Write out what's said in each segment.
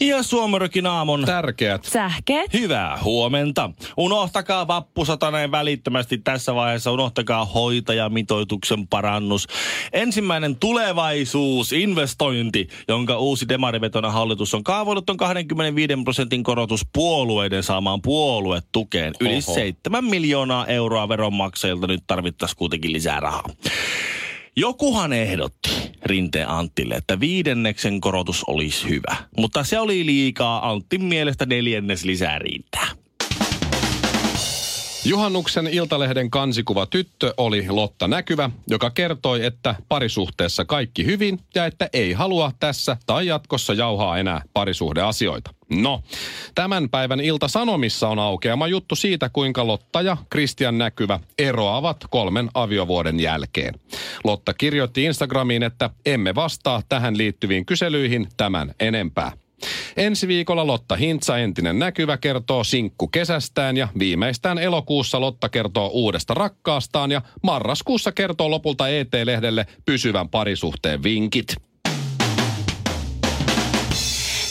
Ja Suomarokin aamun Tärkeät. Sähkeet. Hyvää huomenta. Unohtakaa vappusatanen välittömästi tässä vaiheessa. Unohtakaa hoitajamitoituksen parannus. Ensimmäinen tulevaisuusinvestointi, jonka uusi demarivetona hallitus on kaavoillut, on 25 prosentin korotus puolueiden saamaan puoluetukeen. Yli Oho. 7 miljoonaa euroa veronmaksajilta nyt tarvittaisiin kuitenkin lisää rahaa. Jokuhan ehdotti Rinteen Antille, että viidenneksen korotus olisi hyvä. Mutta se oli liikaa. Antin mielestä neljännes lisää riittää. Juhannuksen Iltalehden kansikuva tyttö oli Lotta Näkyvä, joka kertoi, että parisuhteessa kaikki hyvin ja että ei halua tässä tai jatkossa jauhaa enää parisuhdeasioita. No, tämän päivän Ilta-Sanomissa on aukeama juttu siitä, kuinka Lotta ja Kristian Näkyvä eroavat kolmen aviovuoden jälkeen. Lotta kirjoitti Instagramiin, että emme vastaa tähän liittyviin kyselyihin tämän enempää. Ensi viikolla Lotta Hintsa, entinen näkyvä, kertoo sinkku kesästään ja viimeistään elokuussa Lotta kertoo uudesta rakkaastaan ja marraskuussa kertoo lopulta ET-lehdelle pysyvän parisuhteen vinkit.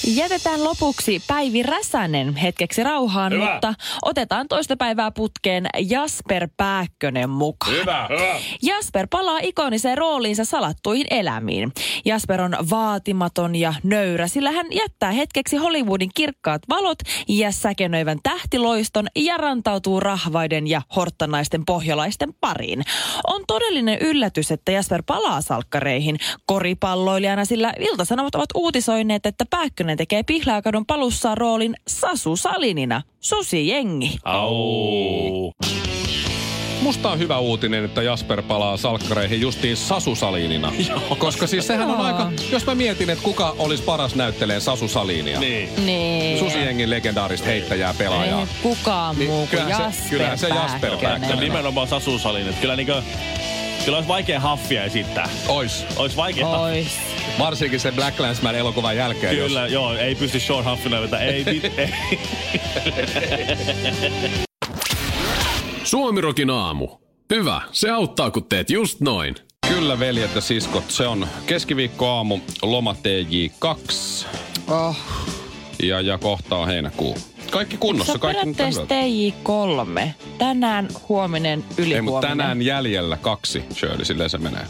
Jätetään lopuksi Päivi Räsänen hetkeksi rauhaan, Hyvä. mutta otetaan toista päivää putkeen Jasper Pääkkönen mukaan. Hyvä, hyvä. Jasper palaa ikoniseen rooliinsa salattuihin elämiin. Jasper on vaatimaton ja nöyrä, sillä hän jättää hetkeksi Hollywoodin kirkkaat valot ja säkenöivän tähtiloiston ja rantautuu rahvaiden ja horttanaisten pohjalaisten pariin. On todellinen yllätys, että Jasper palaa salkkareihin koripalloilijana, sillä Iltasanomat ovat uutisoineet, että Pääkkönen tekee Pihlaakadun palussaan roolin Sasu Salinina, susijengi. Au. Musta on hyvä uutinen, että Jasper palaa salkkareihin justiin Sasu Salinina. Koska siis sehän on Joo. aika, jos mä mietin, että kuka olisi paras näyttelee Sasu Salinia. Niin. Niin. Susiengin legendaarista heittäjää pelaajaa. Ei kukaan Niin, muu kuin kyllähän se- Jasper kyllähän se Jasper Pääkkönen. Ja nimenomaan Sasu Salin. että Kyllä, niinkö, kyllä olisi vaikea haffia esittää. Ois. Olisi vaikea Ois. Varsinkin sen Black Landsman elokuvan jälkeen. jos- Kyllä, joo, ei pysty Sean Huffina vetämään. Ei, mit, ei. Suomirokin aamu. Hyvä, se auttaa kun teet just noin. Kyllä veljet ja siskot, se on keskiviikkoaamu, loma TJ2 Oh. ja, ja kohta on heinäkuu. Kaikki Sä kunnossa, oot No, kaikki nyt on periaatteessa hyvä. TJ3. Tänään, huominen, Ei, mutta ylihuominen. tänään jäljellä kaksi, Shirley, silleen se menee.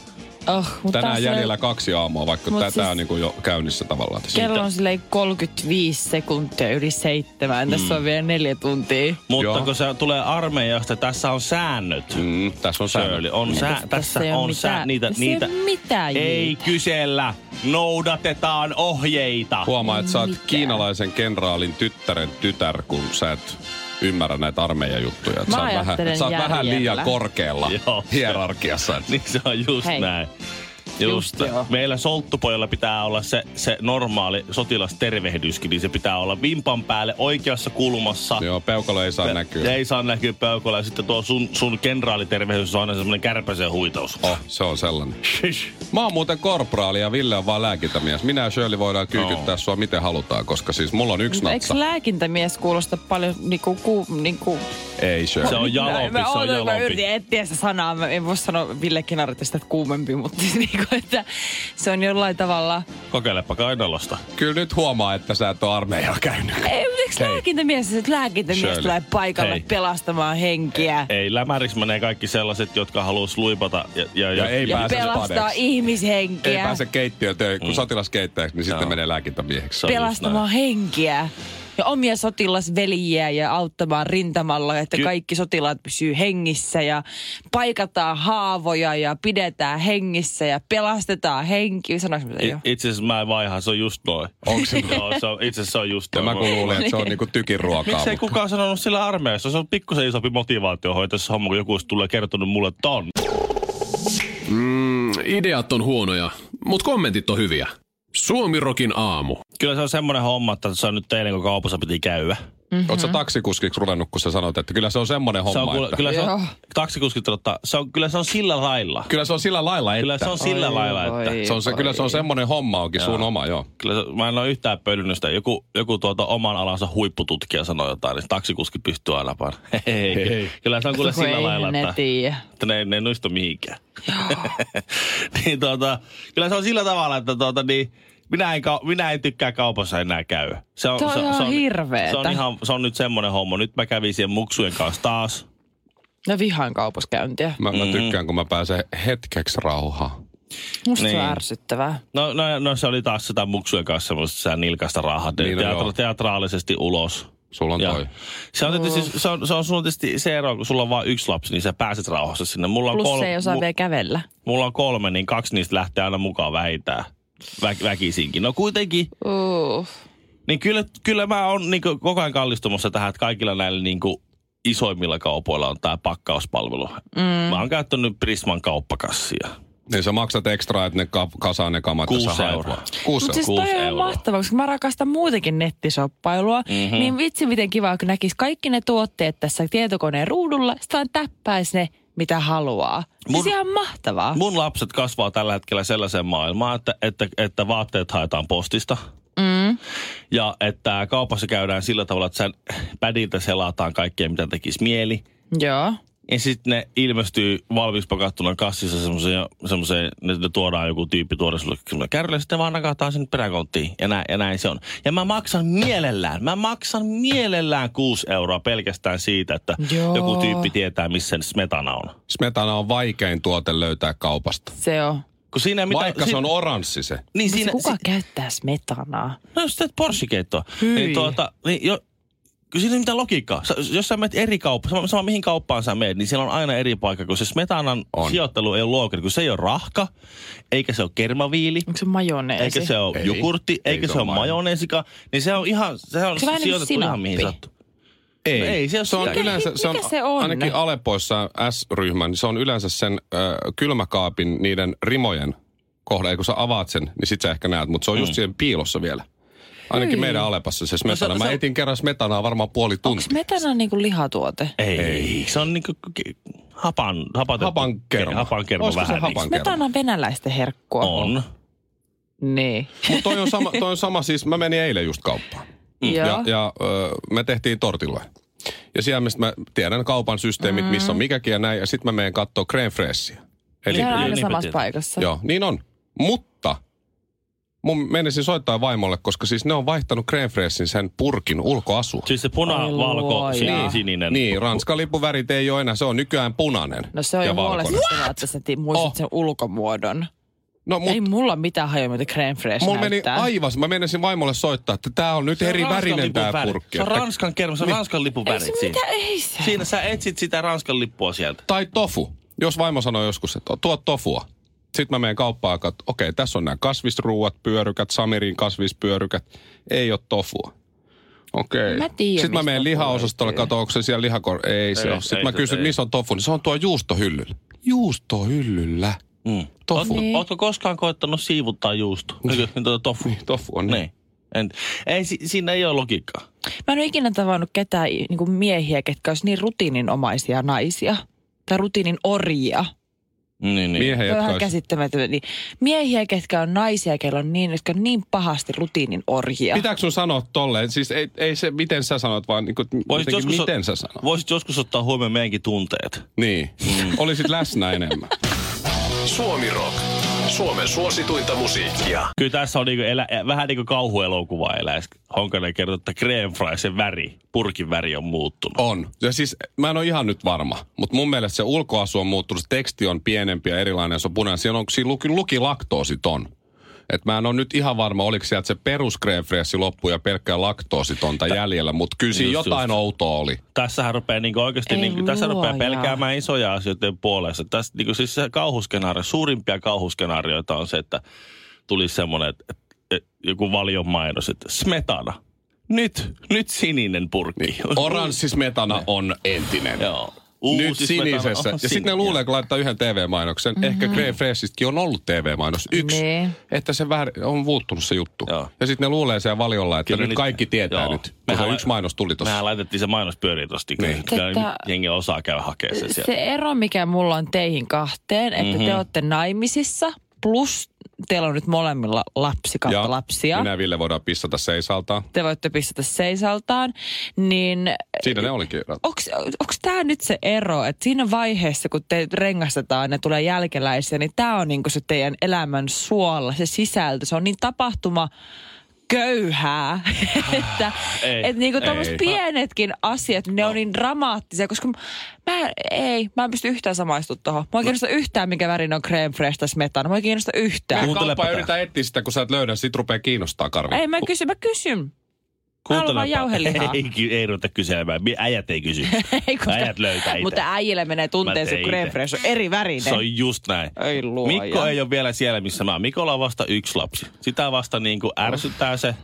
oh, mut Tänään taas jäljellä on- kaksi aamua, vaikka Mut tätä siis- on niin kuin jo käynnissä tavallaan tässä. Kello on silleen 35 sekuntia yli seitsemän. Mm. Tässä on vielä neljä tuntia. Mutta Joo. kun se tulee armeijasta, tässä on säännöt. Mm, tässä on Shirley, säännöt. on sää, Tässä tässä ei oo on sää, mitään- niitä, tässä ei niitä. oo mitään Ei niitä. kysellä, noudatetaan ohjeita. Huomaa, että sä oot Mitä? kiinalaisen kenraalin tyttären tytär, kun sä et ymmärrä näitä armeijan juttuja. Et Mä Sä oot, vähän, ajattelen sä oot vähän liian järjellä. korkealla Joo. hierarkiassa. Et Niin se on just Hei. näin. Just joo. Meillä solttupojalla pitää olla se, se normaali sotilastervehdyskin, niin se pitää olla vimpan päälle oikeassa kulmassa. Joo, peukalo ei saa näkyä. Ei saa näkyä peukolla. Ja sitten tuo sun, sun kenraalitervehdys on aina semmoinen kärpäsen huitaus. Siis, Oh, se on sellainen. Mä oon muuten korporaali ja Ville on vaan lääkintämies. Minä ja Shirley voidaan kyykyttää no. sua miten halutaan, koska siis mulla on yksi Mutta eikö natsa. lääkintämies kuulosta paljon niinku... Ku, niinku Ei Shirley. Se on Mä- jalompi, mä, se on ootan, mä jalompi. yritin etsiä sitä sanaa. Mä en voi sanoa Ville Kinaritista, että kuumempi, mutta siis niinku, että se on jollain tavalla... Kokeilepa kainalosta. Kyllä nyt huomaa, että sä et oo armeijalla käynyt. Ei, mutta eikö Hei. lääkintämies, että lääkintämies Shirley. tulee paikalle Hei. pelastamaan henkiä? Ei, lämäriksi menee kaikki sellaiset, jotka haluaisi luipata. Ja, ja, Ja ei ja pääse pelastaa padeksi. ihmishenkiä. Ei pääse keittiötöihin, kun sotilaskeittäjäksi, niin sitten menee Mm. lääkintämieheksi. on just pelastamaan henkiä ja omia sotilasveljiä ja auttamaan rintamalla, että Ky- kaikki sotilaat pysyy hengissä ja paikataan haavoja ja pidetään hengissä ja pelastetaan henki. Sanoinko mitä I- jo? Itse asiassa mä en vaihaa, se on just noin. Onks se Joo, se on, itse asiassa se on just Ja noin. mä kun luulen, että se on niinku tykin ruokaa. Miksei mutta- kukaan sanonut sillä armeijassa? Se on pikkusen isompi motivaatiohoito tässä homma, kun joku olisi tullut ja kertonut mulle ton. Mm, ideat on huonoja, mut kommentit on hyviä. Suomirokin aamu. Kyllä se on semmoinen homma, että se on nyt teille, kun kaupassa piti käydä. Mm-hmm. Oletko taksikuskiksi ruvennut, kun sä sanoit, että kyllä se on semmoinen homma, se on, että... kyllä, kyllä se Joo. on, taksikuskit ottaa, se on, kyllä se on sillä lailla. kyllä se on sillä lailla, että... Kyllä se on sillä Oi, lailla, voi. että... se on se, kyllä se on semmoinen homma onkin, sun oma, joo. Kyllä se, mä en ole yhtään pölynyt sitä. Joku, joku tuota oman alansa huippututkija sanoi jotain, niin taksikuski pystyy aina vaan. Hei, hei, hei. Kyllä se on kuule Kun sillä ei lailla, ne että, tiedä. että ne, ne ei nuistu mihinkään. niin tuota, kyllä se on sillä tavalla, että tuota, niin, minä en, kau- minä en tykkää kaupassa enää käy. Se on, Toi on ihan hirveetä. Se on, ihan, se on nyt semmoinen homma. Nyt mä kävin siellä muksujen kanssa taas. No vihaan kaupaskäyntiä. Mä, Mm-hmm. mä tykkään, kun mä pääsen hetkeksi rauhaan. Musta niin. se on Niin. ärsyttävää. No, no, no se oli taas sitä muksujen kanssa semmoista sää nilkasta rahat. Niin, Niin, no teatra- joo. teatraalisesti ulos. Sulla on Ja toi. Se on, tietysti, se on, se on sulla tietysti se ero, kun sulla on vain yksi lapsi, niin sä pääset rauhassa sinne. Mulla on, Plus kolme, se ei osaa mu- vielä kävellä. mulla on kolme, niin kaksi niistä lähtee aina mukaan vähintään. Vä- väkisinkin. No kuitenkin, Uh. niin kyllä, kyllä mä oon niin koko ajan kallistumassa tähän, että kaikilla näillä niin kuin isoimmilla kaupoilla on tämä pakkauspalvelu. Mm. Mä oon käyttänyt Prisman kauppakassia. Niin sä maksat ekstra, että ne ka- kasaa ne kamat, Kuusi ja sä haet euroa. vaan. Kuusi Mutta siis euroa. toi on kuusi ihan euroa. mahtavaa, koska mä rakastan muutenkin nettisoppailua. Mm-hmm. Niin vitsi miten kiva, kun näkisi kaikki ne tuotteet tässä tietokoneen ruudulla. Sitten vaan täppäisi ne, mitä haluaa. Mun... Mun- Siis ihan mahtavaa. Mun lapset kasvaa tällä hetkellä sellaiseen maailmaan, että, että, että vaatteet haetaan postista. Mm. Ja että kaupassa käydään sillä tavalla, että sen pädiltä selataan kaikkea, mitä tekisi mieli. Joo. Ja sitten ne ilmestyy valmiiksi pakattuna kassissa semmoiseen, semmoiseen ne, ne tuodaan joku tyyppi tuoda sulle semmoinen kärrylle, sitten vaan nakataan sinne peräkonttiin. Ja näin, ja näin se on. Ja mä maksan mielellään, mä maksan mielellään 6 euroa pelkästään siitä, että Joo. Joo. joku tyyppi tietää, missä smetana on. Smetana on vaikein tuote löytää kaupasta. Se on. Kun siinä ei mitään- Vaikka se si- on oranssi se. niin Siinä, siinä, kuka si... käyttää smetanaa? No jos teet porssikeittoa, Hyi. niin tuota, niin jo, kyllä siinä ei mitään logiikkaa. Sä, jos sä menet eri kauppaan, sama, sama mihin kauppaan sä menet, niin siellä on aina eri paikka, kun se smetanan On. on. sijoittelu ei ole looginen, kun se ei ole rahka, eikä se ole kermaviili, Onko se majoneesi? eikä se ole Ei. jukurtti, Ei eikä se se ole ole majoneesika, niin se on ihan, se on Se vähän niin kuin sijoitettu ihan mihin sinappi. sattuu. No ei, se, Se on yleensä, mi- se on, mikä se on? ainakin Alepoissa S-ryhmän, niin se on yleensä sen ö, kylmäkaapin niiden rimojen kohdalla. Ei kun sä avaat sen, niin sit sä ehkä näet, mutta se on just siihen piilossa vielä. Niin. Ainakin meidän Alepassa se No smetana. se- Mä se- etin kerran smetanaa varmaan puoli Onko tuntia. smetana niinku lihatuote? Ei, ei, se on niinku ki- hapan, hapatettu, Hapankerma. hapankerma Olisiko se vähän. niinku. hapankerma? Smetana on venäläisten herkkua. On. Niin. Mutta toi, on sama, toi on sama, siis mä menin eilen just kauppaan. Joo. Ja, ja ö, me tehtiin tortilla. Ja siellä mistä mä tiedän kaupan Mm. systeemit, missä on mikäkin ja näin. Ja sitten mä menen kattoo creme freshia. Eli Ne on Niin, aina niin, samassa niin. paikassa. Joo, niin on. Mutta mun menisin soittaa vaimolle, koska siis ne on vaihtanut creme freshin sen purkin ulkoasua. Siis se Ai puna, valko, luoja. sininen, sininen. Niin, ranskan lippuvärit ei ole enää, se on nykyään punainen No se on ja jo valkoinen. huolestuttavaa, että sä ti- muistat Oh. sen ulkomuodon. No Mut, ei mut mulla mitään hajoa, mitä creme fresh mulla meni näyttää. aivan, mä menisin vaimolle soittaa, että tää on nyt Se on eri Ranskan värinen lipun tää väri. purkki. Niin. Se on että- Ranskan kerma, se on Ranskan lipun Ei se värit siinä. mitä, ei se. Siinä sä etsit sitä Ranskan lippua sieltä. Tai tofu. Jos vaimo sanoo joskus, että tuo tofua. Sitten mä menen kauppaan ja katson, okei, tässä on nämä kasvisruuat, pyörykät, Samirin kasvispyörykät. Ei ole tofua. Okei. Mä tiedän, Sitten mä mistä menen lihaosastolle, katso, onko se siellä lihakor... Ei, se Ei, ole. Sitten ei mä se- kysyn, ei. missä on tofu, niin se on tuo juustohyllyllä. Juustohyllyllä. Mm. Tofu. Ootko, ootko koskaan koettanut siivuttaa juusto? Niin, tuota tofu. Niin, tofu on niin. Niin. En, ei, si, siinä ei ole logiikkaa. Mä en ole ikinä tavannut ketään niin kuin miehiä, ketkä olisi niin rutiininomaisia naisia. Tai rutiinin orjia. Niin, niin. Miehen, Se on jotka ihan ois- käsittämätöntä. Niin miehiä, ketkä on naisia, kello on niin, jotka on niin pahasti rutiinin orjia. Pitääkö sun sanoa tolleen? Siis ei, ei se, miten sä sanot, vaan niin kuin, Voisit joskus, miten sä sanot. voisit joskus ottaa huomioon meidänkin tunteet. Niin. Olisit läsnä enemmän. Suomi Rock. Suomen suosituinta musiikkia. Kyllä tässä on niinku elä, eh, vähän niin kuin kauhuelokuva eläis. Honkanen kertoo, että creme fry, sen väri, purkin väri on muuttunut. On. Ja siis mä en ole ihan nyt varma, mutta mun mielestä se ulkoasu on muuttunut, se teksti on pienempi ja erilainen, se on punainen. Siinä on, siinä luki, luki laktoositon. Et mä en ole nyt ihan varma, oliko sieltä se perus creme fraiche loppu ja pelkkää laktoositonta jäljellä, mutta kyllä siinä Just, jotain just. outoa oli. Tässähän rupeaa niinku oikeasti, Ei niinku, tässä rupeaa luoja. pelkäämään isoja asioiden puolesta. Tässä niinku, siis se kauhuskenaario, suurimpia kauhuskenaarioita on se, että tulisi semmoinen, että, että joku valion mainos, että smetana. Nyt, nyt sininen purkki. Oranssis metana on entinen. Joo. Uusi Niin, Nyt vetävä- sinisessä. Oh, ja sitten ne sininen. luulee, kun laittaa yhden TV-mainoksen. Mm-hmm. Ehkä Grey Freshistkin on ollut TV-mainos yksi. Niin. Että se vähän on muuttunut se juttu. Joo. Ja sitten ne luulee siellä valiolla, että Kyllä nyt niitä- kaikki tietää joo. nyt. Kun Mehän se la- yksi mainos tuli tossa. Mehän laitettiin se mainos pyöriin tosta. Niin. Niin. Tota- Jengi osaa käydä hakemaan sen sieltä. Se ero, mikä mulla on teihin kahteen, että mm-hmm. te olette naimisissa, plus teillä on nyt molemmilla lapsi kautta Ja lapsia. Minä ja Ville voidaan pissata seisaltaan. Te voitte pistää seisaltaan, niin Siinä ne olikin. onko tämä nyt se ero, että siinä vaiheessa, kun te rengastetaan ja tulee jälkeläisiä, niin tämä on niinku se teidän elämän suola, se sisältö. Se on niin tapahtuma köyhää, että Ei, No. et niinku ei. tuommoiset pienetkin asiat, ne on niin dramaattisia, koska mä ei, mä en pysty yhtään samaistumaan tuohon. Mua ei kiinnosta yhtään, minkä värin on creme fresh tässä metana. Mua ei kiinnosta yhtään. Kuuntelepa Kuuntelepa tää. yritä etsiä sitä, kun sä et löydä. Sit rupeaa kiinnostaa karvi. Ei, mä kysyn, mä kysyn. Kuuntelepa. haluan jauhelihaa. Ei, ky- ei ruveta kyselemään. Mi- Äijät ei kysy. Ei, koska- Äijät löytää itse. Mutta äijillä menee Mä tunteensa, teen kun creme itse. fresh on eri värinen. Se on just näin. Ei luoja. Mikko ei ole vielä siellä, missä mä oon. Mikolla on vasta yksi lapsi. Sitä vasta niin kuin ärsyttää se.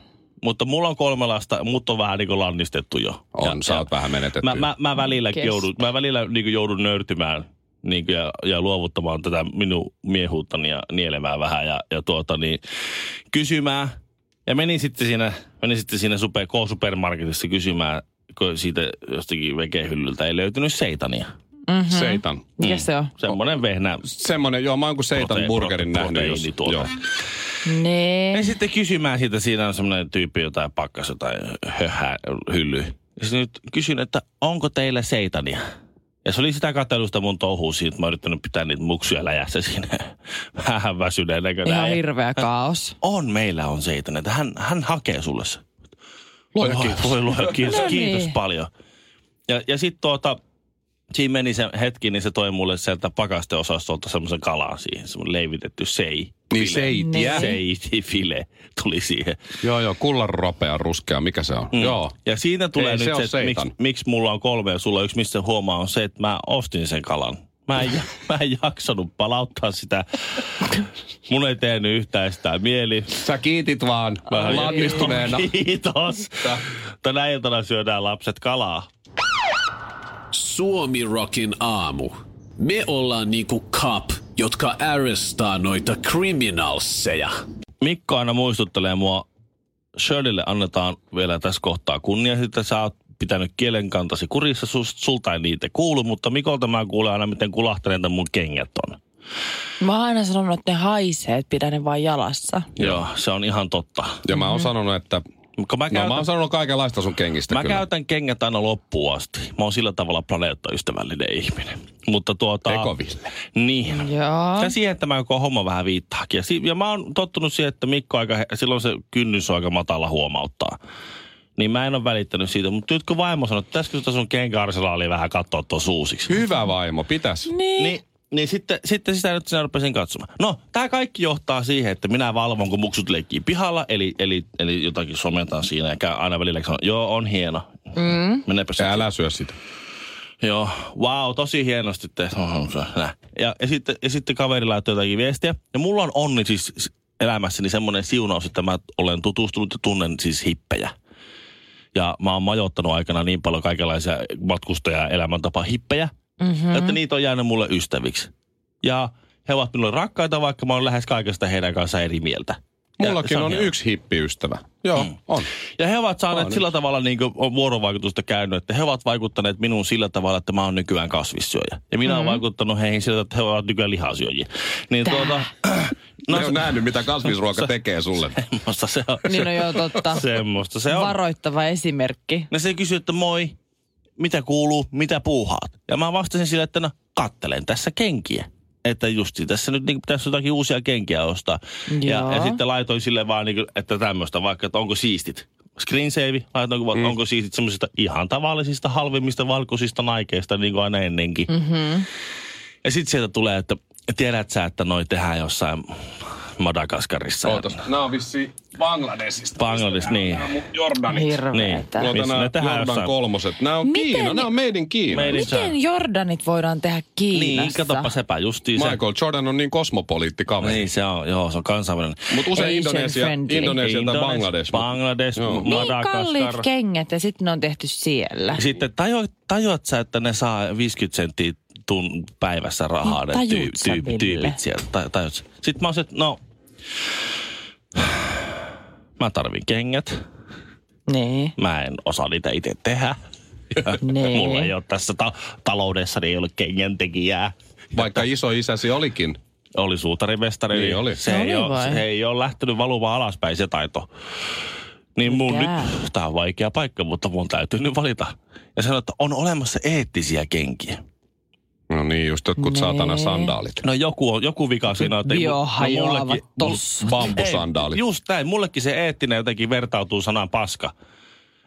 Mutta mulla on kolme lasta, mut on vähän niin kuin lannistettu jo. On, sä oot vähän menetetty. Mä, mä, mä välillä, Kestä. joudun, mä välillä niin kuin joudun nöyrtymään niin kuin ja, ja, luovuttamaan tätä minun miehuuttani ja nielemään vähän ja, ja tuota, niin, kysymään. Ja menin sitten siinä, menin sitten siinä super, K-supermarketissa kysymään kun siitä jostakin vekehyllyltä ei löytynyt seitania. Mm-hmm. Seitan. Mm. Mikä se on? Semmoinen vehnä Semmonen, joo, mä oon kuin seitan Prote- burgerin prote- nähnyt. jos- proteiinituote. Joo. Nee. Ei sitten kysymään siitä, siinä on semmoinen tyyppi jotain pakkas jotain höhää hylly. Ja sitten nyt kysyn, että onko teillä seitania? Ja se oli sitä katselusta mun touhuu siitä, että mä oon yrittänyt pitää niitä muksuja läjässä siinä vähän väsyneen näköinen. Ihan hirveä kaos. On, meillä on seitania. että Hän, hän hakee sulle se. Luoja Voi- kiitos. Voi luoja kiitos. No niin. kiitos paljon. Ja, ja sitten tuota, siinä meni se hetki, niin se toi mulle sieltä pakasteosastolta semmoisen kalan siihen, semmoinen leivitetty sei. Niin file. seitiä. Niin. Seitifile tuli siihen. Joo, joo, kullanropea ruskea, mikä se on? Mm. Joo. Ja siinä tulee Ei, nyt se se, on että seitan. miksi, miksi mulla on kolme ja sulla on yksi, mistä se huomaa, on se, että mä ostin sen kalan. Mä en, ja- mä en jaksanut palauttaa sitä. Mun ei tehnyt yhtään sitä mieli. Sä kiitit vaan Mä- lannistuneena. Kiitos. Tänä iltana syödään lapset kalaa. Suomi Rockin aamu. Me ollaan niinku cop, jotka arrestaa noita criminalseja. Mikko aina muistuttelee mua. Shirleylle annetaan vielä tässä kohtaa kunnia, että sä oot pitänyt kielenkantasi kurissa, sus, sulta ei niitä kuulu, mutta Mikolta mä kuulen aina, miten kulahteleita mun kengät on. Mä oon aina sanonut, että ne haisee, että pidä ne vaan jalassa. Joo, se on ihan totta. Ja mä oon sanonut, että... Kun mä No käytän, mä oon sanonut kaikenlaista sun kengistä mä kyllä. käytän kengät aina loppuun asti. Mä oon sillä tavalla planeettaystävällinen ihminen. Mutta tuota... Ekoville. Niin. Joo. Ja siihen, että mä koko homma vähän viittaakin. Ja, si- ja mä oon tottunut siihen, että Mikko aika, he- silloin se kynnys on aika matala huomauttaa. Niin mä en ole välittänyt siitä, mutta nyt kun vaimo sanoi, että pitäisikö sitä sun kenkäarsenaalia vähän katsoa tuon suusiksi. Hyvä vaimo, pitäis. Niin. Niin, niin sitten, sitten sitä nyt sinä rupesin katsomaan. No, tämä kaikki johtaa siihen, että minä valvon, kun muksut leikkii pihalla, eli, eli, eli jotakin sometan siinä ja käy aina välillä sanon, joo, on hieno. Mm. Menepä se. Älä syö sitä. Joo, wow, tosi hienosti tehty. Nä. Ja, ja, sitten, ja sitten kaveri laittoi jotakin viestiä. Ja mulla on onni siis elämässäni semmoinen siunaus, että mä olen tutustunut ja tunnen siis hippejä. Ja mä oon majoittanut aikana niin paljon kaikenlaisia matkustaja- ja elämäntapa hippejä, mm-hmm. että niitä on jäänyt mulle ystäviksi. Ja he ovat minulle rakkaita, vaikka mä oon lähes kaikesta heidän kanssaan eri mieltä. Ja se Mm. Mullakin on hienoa. yksi hippiystävä. Joo, on. Ja he ovat saaneet sillä tavalla niin kuin on vuorovaikutusta käynyt, että he ovat vaikuttaneet minuun sillä tavalla, että mä oon nykyään kasvissyöjä. Ja minä mm-hmm. olen vaikuttanut heihin sillä, että he ovat nykyään lihasyöjiä. Niin tuota, No, no ne on nähnyt, mitä kasvisruoka tekee sulle. semmoista se on. Niin on joo totta. Semmoista se on. Varoittava esimerkki. No se kysyy, että moi, mitä kuuluu, mitä puuhaat? Ja mä vastasin sillä, että no kattelen tässä kenkiä. Että justi tässä nyt niin pitäisi jotakin uusia kenkiä ostaa. Ja, Joo. ja, sitten laitoin sille vaan, niin kuin, että tämmöistä, vaikka että onko siistit. Screensave, laitoin kuvat, mm. onko siistit semmoisista ihan tavallisista, halvimmista, valkoisista naikeista, niin kuin aina ennenkin. Mm-hmm. Ja sitten sieltä tulee, että tiedät sä, että noi tehdään jossain Madagaskarissa. Ootas, nämä on vissiin Bangladesista. Bangladesh, niin. Jordanit. Niin. Hirveetä. Luota Missä nämä ne tähän Tuota, Jordan jossain- kolmoset. Nämä on Miten Kiina, ne- nämä on meidän Kiina. Made in China. Miten Jordanit voidaan tehdä Kiinassa? Niin, katsopa sepä justiin se. Michael Jordan on niin kosmopoliitti kaveri. Niin, se on, joo, se on kansainvälinen. Mutta usein Asian Indonesia, friendly. Indonesia tai Indones- Bangladesh. mut- Bangladesh, Joo. Niin kalliit Madagaskar. kengät ja sitten ne on tehty siellä. Sitten tajuat, tajuat sä, että ne saa 50 senttiä tun päivässä rahaa ne Tajut tyy, sä, tyy, Ville? tyypit siellä. Ta, tajuut sä. Sitten mä oon se, että no, mä tarvin kengät. Niin. Mä en osaa niitä itse tehdä. Niin. Mulla ei ole tässä ta- taloudessa, niin ei ole kengän tekijää. Vaikka iso isäsi olikin. Oli suutarimestari. Niin oli. Se, Oli ei ole, No vai? se ei ole lähtenyt valumaan alaspäin se taito. Niin mun nyt, Mikä? tää on vaikea paikka, mutta mun täytyy nyt valita. Ja sanoa, että on olemassa eettisiä kenkiä. No niin, just jotkut Nee. saatana sandaalit. No joku, on, joku vika siinä on. että ei mu- no Joo, hajoavat tossa. Bambusandaalit. Ei, just näin. Mullekin se eettinen jotenkin vertautuu sanaan paska.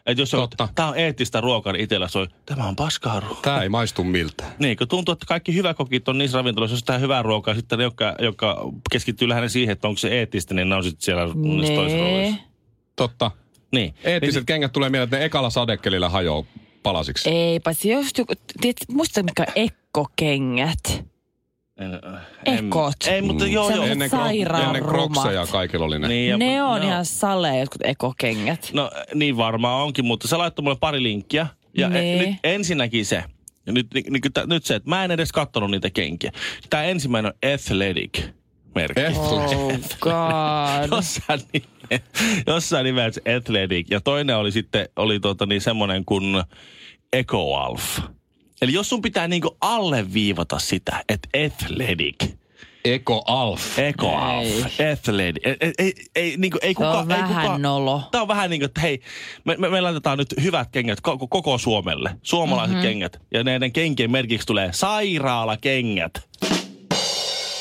Et jos on, Totta. tää on eettistä ruokaa, niin itellä soi, tämä on paskaa ruokaa. Tää ei maistu miltään. Niin, kun tuntuu, että kaikki hyvä kokit on niissä ravintoloissa, jos tehdään hyvää ruokaa, sitten ne, jotka, jotka keskittyy lähinnä siihen, että onko se eettistä, niin ne on sitten siellä niissä toisissa Nee. ruoissa. Totta. Niin. Eettiset kengät tulee mieleen, että ne ekalla sadekelillä hajoaa palasiksi. Eipä se just joku, tiedät, muista mikä ekkokengät. Ekot. Ei, mutta joo, joo. Sellaiset Mm. ennen, kro- sairaan ennen krokseja rumat. kaikilla oli ne. Niin, ja- ne on no. ihan salee jotkut ekokengät. No niin varmaan onkin, mutta se laittoi mulle pari linkkiä. Ja Nee. e- nyt ensinnäkin se, ja nyt, ni, ni, tä- nyt se, että mä en edes kattonut niitä kenkiä. Tämä ensimmäinen on Athletic-merkki. Eh, Oh god. Jossain, nime- jossain nimessä Athletic. Ja toinen oli sitten oli tota niin, semmoinen kuin EcoAlf. Eli jos sun pitää niinku alleviivata sitä, että Athletic, Eko E- Alf. EcoAlf, Athletic, ei, ei, ei, ei, niinku, ei Se kukaan... on ei kukaan- vähän nolo. Tämä on vähän niin kuin, että hei, me, me, me laitetaan nyt hyvät kengät koko, koko Suomelle. Suomalaiset Mhm. mm-hmm. kengät. Ja näiden kenkien merkiksi tulee sairaalakengät.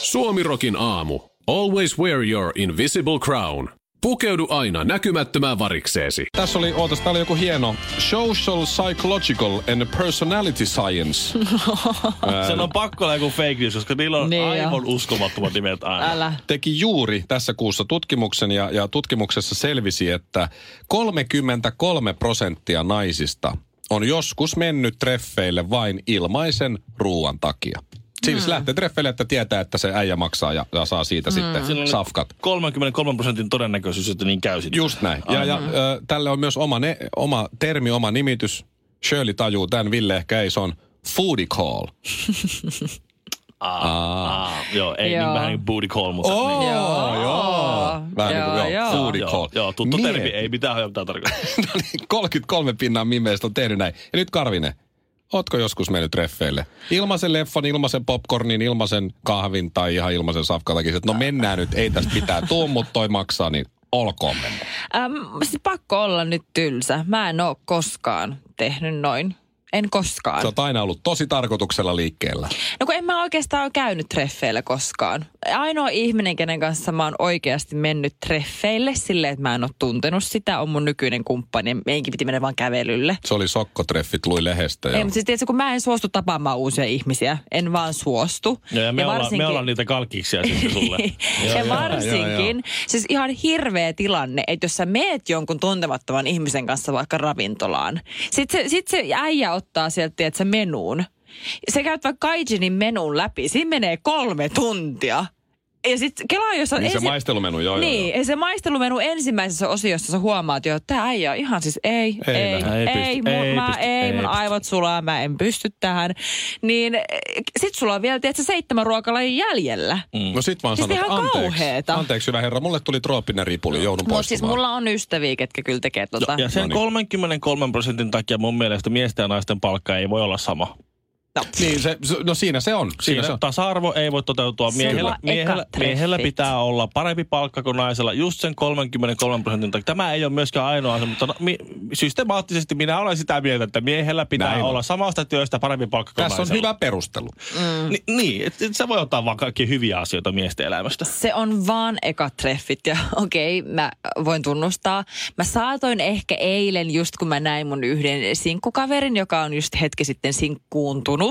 Suomirokin aamu. Always wear your invisible crown. Pukeudu aina näkymättömään varikseesi. Tässä oli, ootas, tää oli joku hieno. Social, Psychological and Personality Science. Sen on pakko olla joku fake news, koska niillä on Niin niin jo. aivan uskomattomat nimet aina. Älä. teki juuri tässä kuussa tutkimuksen ja, ja tutkimuksessa selvisi, että 33 prosenttia naisista on joskus mennyt treffeille vain ilmaisen ruoan takia. Siis lähtee treffeille, että tietää, että se äijä maksaa ja, ja saa siitä Siinä sitten oli safkat. 33 prosentin todennäköisyys, että niin käy sitten. Just näin. Ja, ja ö, tälle on myös oma, ne, oma termi, oma nimitys. Shirley tajuu tämän, Ville ehkä ei, se on foodie call. Ah, joo, ei Joo. niin vähän niin booty call, mutta... Oh, niin. joo, joo. Vähän niin Joo, kuin, joo, joo. foodie call. Joo, joo, tuttu Mieti. termi, ei mitään hajottaa tarkoittaa. No niin, 33 pinnan mimeistä on tehnyt näin. Ja nyt Karvinen, ootko joskus mennyt treffeille? Ilmaisen leffan, ilmaisen popcornin, ilmaisen kahvin tai ihan ilmaisen safkatakin. No mennään nyt, ei tästä pitää tuu, mutta toi maksaa, niin olkoon mennä. Ähm, siis pakko olla nyt tylsä. Mä en oo koskaan tehnyt noin. En koskaan. Sä oot aina ollut tosi tarkoituksella liikkeellä. No kun en mä oikeastaan ole käynyt treffeillä koskaan. Ainoa ihminen, kenen kanssa mä oon oikeasti mennyt treffeille silleen, että mä en ole tuntenut sitä, on mun nykyinen kumppani. Meinkin piti mennä vaan kävelylle. Se oli sokkotreffit, luin lehdestä. Ei, Ja... mutta siis tietysti, kun mä en suostu tapaamaan uusia ihmisiä, en vaan suostu. Joo, ja me, ja varsinkin... ollaan, me ollaan niitä kalkkiksia sitten sulle. ja varsinkin, joo, joo. siis ihan hirveä tilanne, että jos sä meet jonkun tuntemattoman ihmisen kanssa vaikka ravintolaan, sit se, sit se äijä ottaa sieltä, että se menuun. Se käyt vaikka Kaijinin menun läpi, siinä menee kolme tuntia. Ja sit kelaa, jos on Niin se ensi- maistelumenu, joo, joo, Niin, joo. ja se maistelumenu ensimmäisessä osiossa sä huomaat jo, että tää äijä on ihan siis ei, Ei ei, ei, lähde, ei ei, pysty, mun, ei mä, pysty, ei ei, mun pysty. aivot sulaa, mä en pysty tähän. Niin eh, sit sulla on vielä, tiedätkö, seitsemän ruokalajin jäljellä. No sit vaan Siis sanot, ihan anteeksi, kauheeta. anteeksi hyvä herra, mulle tuli trooppinen ripuli, joudun Mutta siis poistumaan. mulla on ystäviä, ketkä kyllä tekee tota. Ja sen No niin. 33 prosentin takia mun mielestä miesten ja naisten palkka ei voi olla sama. Niin, se, se- no siinä se on. Siinä, Siinä se on. tasa-arvo ei voi toteutua. Se on Miehellä, vaan miehellä, ekat miehellä treffit. pitää olla parempi palkka kuin naisella just sen 33 prosentin takia. Tämä ei ole myöskään ainoa asia, mutta no, mi, systemaattisesti minä olen sitä mieltä, että miehellä pitää Näin on. olla samasta työstä parempi palkka kuin Tässä on naisella. hyvä perustelu. Ni, niin, et, et sä voi ottaa vaan kaikki hyviä asioita miesten elämästä. Se on vaan ekat treffit ja okei, okay, mä voin tunnustaa. Mä saatoin ehkä eilen, just kun mä näin mun yhden sinkkukaverin, joka on just hetki sitten sinkkuuntunut,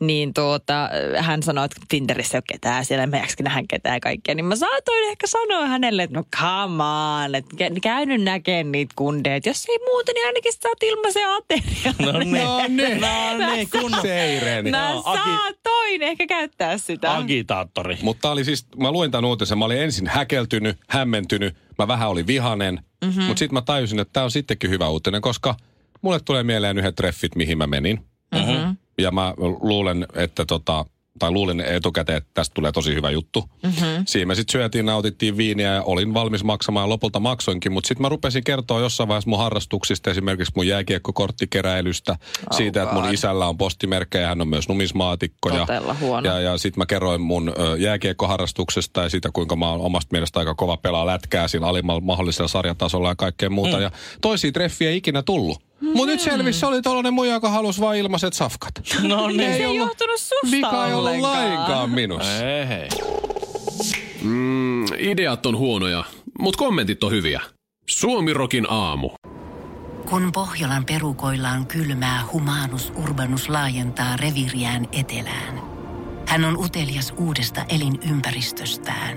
niin tuota, hän sanoi, että Tinderissä ei ole ketään siellä, mä jaksakin nähdä ketään ja kaikkea. Niin mä saatoin ehkä sanoa hänelle, että no come on, että kä- käy nyt näkeen niitä kundeja. Et Jos ei muuten, niin ainakin saat ilmaisen aterian. No niin. No niin. No niin, kun Seireeni. Mä Joo, Aki- saatoin ehkä käyttää sitä. agitaattori. Niin. Mutta oli siis, mä luin tämän uutisen, mä olin ensin häkeltynyt, hämmentynyt, mä vähän olin vihanen, Mhm. mm-hmm. mutta sitten mä tajusin, että tämä on sittenkin hyvä uutinen, koska mulle tulee mieleen yhdet treffit, mihin mä menin. Mhm. Mm-hmm. Ja mä luulen, että tota, tai luulin etukäteen, että tästä tulee tosi hyvä juttu. Mhm. Mm-hmm. Siinä me sitten syötiin, nautittiin viiniä ja olin valmis maksamaan ja lopulta maksoinkin. Mutta sitten mä rupesin kertoa jossain vaiheessa mun harrastuksista, esimerkiksi mun jääkiekkokorttikeräilystä, oh siitä, että mun isällä on postimerkkejä, hän on myös numismaatikko. Todella ja, huono. ja ja sitten mä kerroin mun ö, jääkiekkoharrastuksesta ja siitä, kuinka mä oon omasta mielestä aika kova pelaa lätkää sillä alimmalla mahdollisella sarjatasolla ja kaikkea muuta. Mm. Ja toisia treffiä ei ikinä tullut. Mm. Mutta nyt selvisi, se oli tollanen muija, joka halusi vain ilmaiset safkat. No niin. Ei se ei johtunut susta Vika ei ollut ollenkaan. lainkaan minussa. Hei, hei. Mm, ideat on huonoja, mutta kommentit on hyviä. Suomirokin aamu. Kun Pohjolan perukoillaan kylmää, humanus urbanus laajentaa reviriään etelään. Hän on utelias uudesta elinympäristöstään.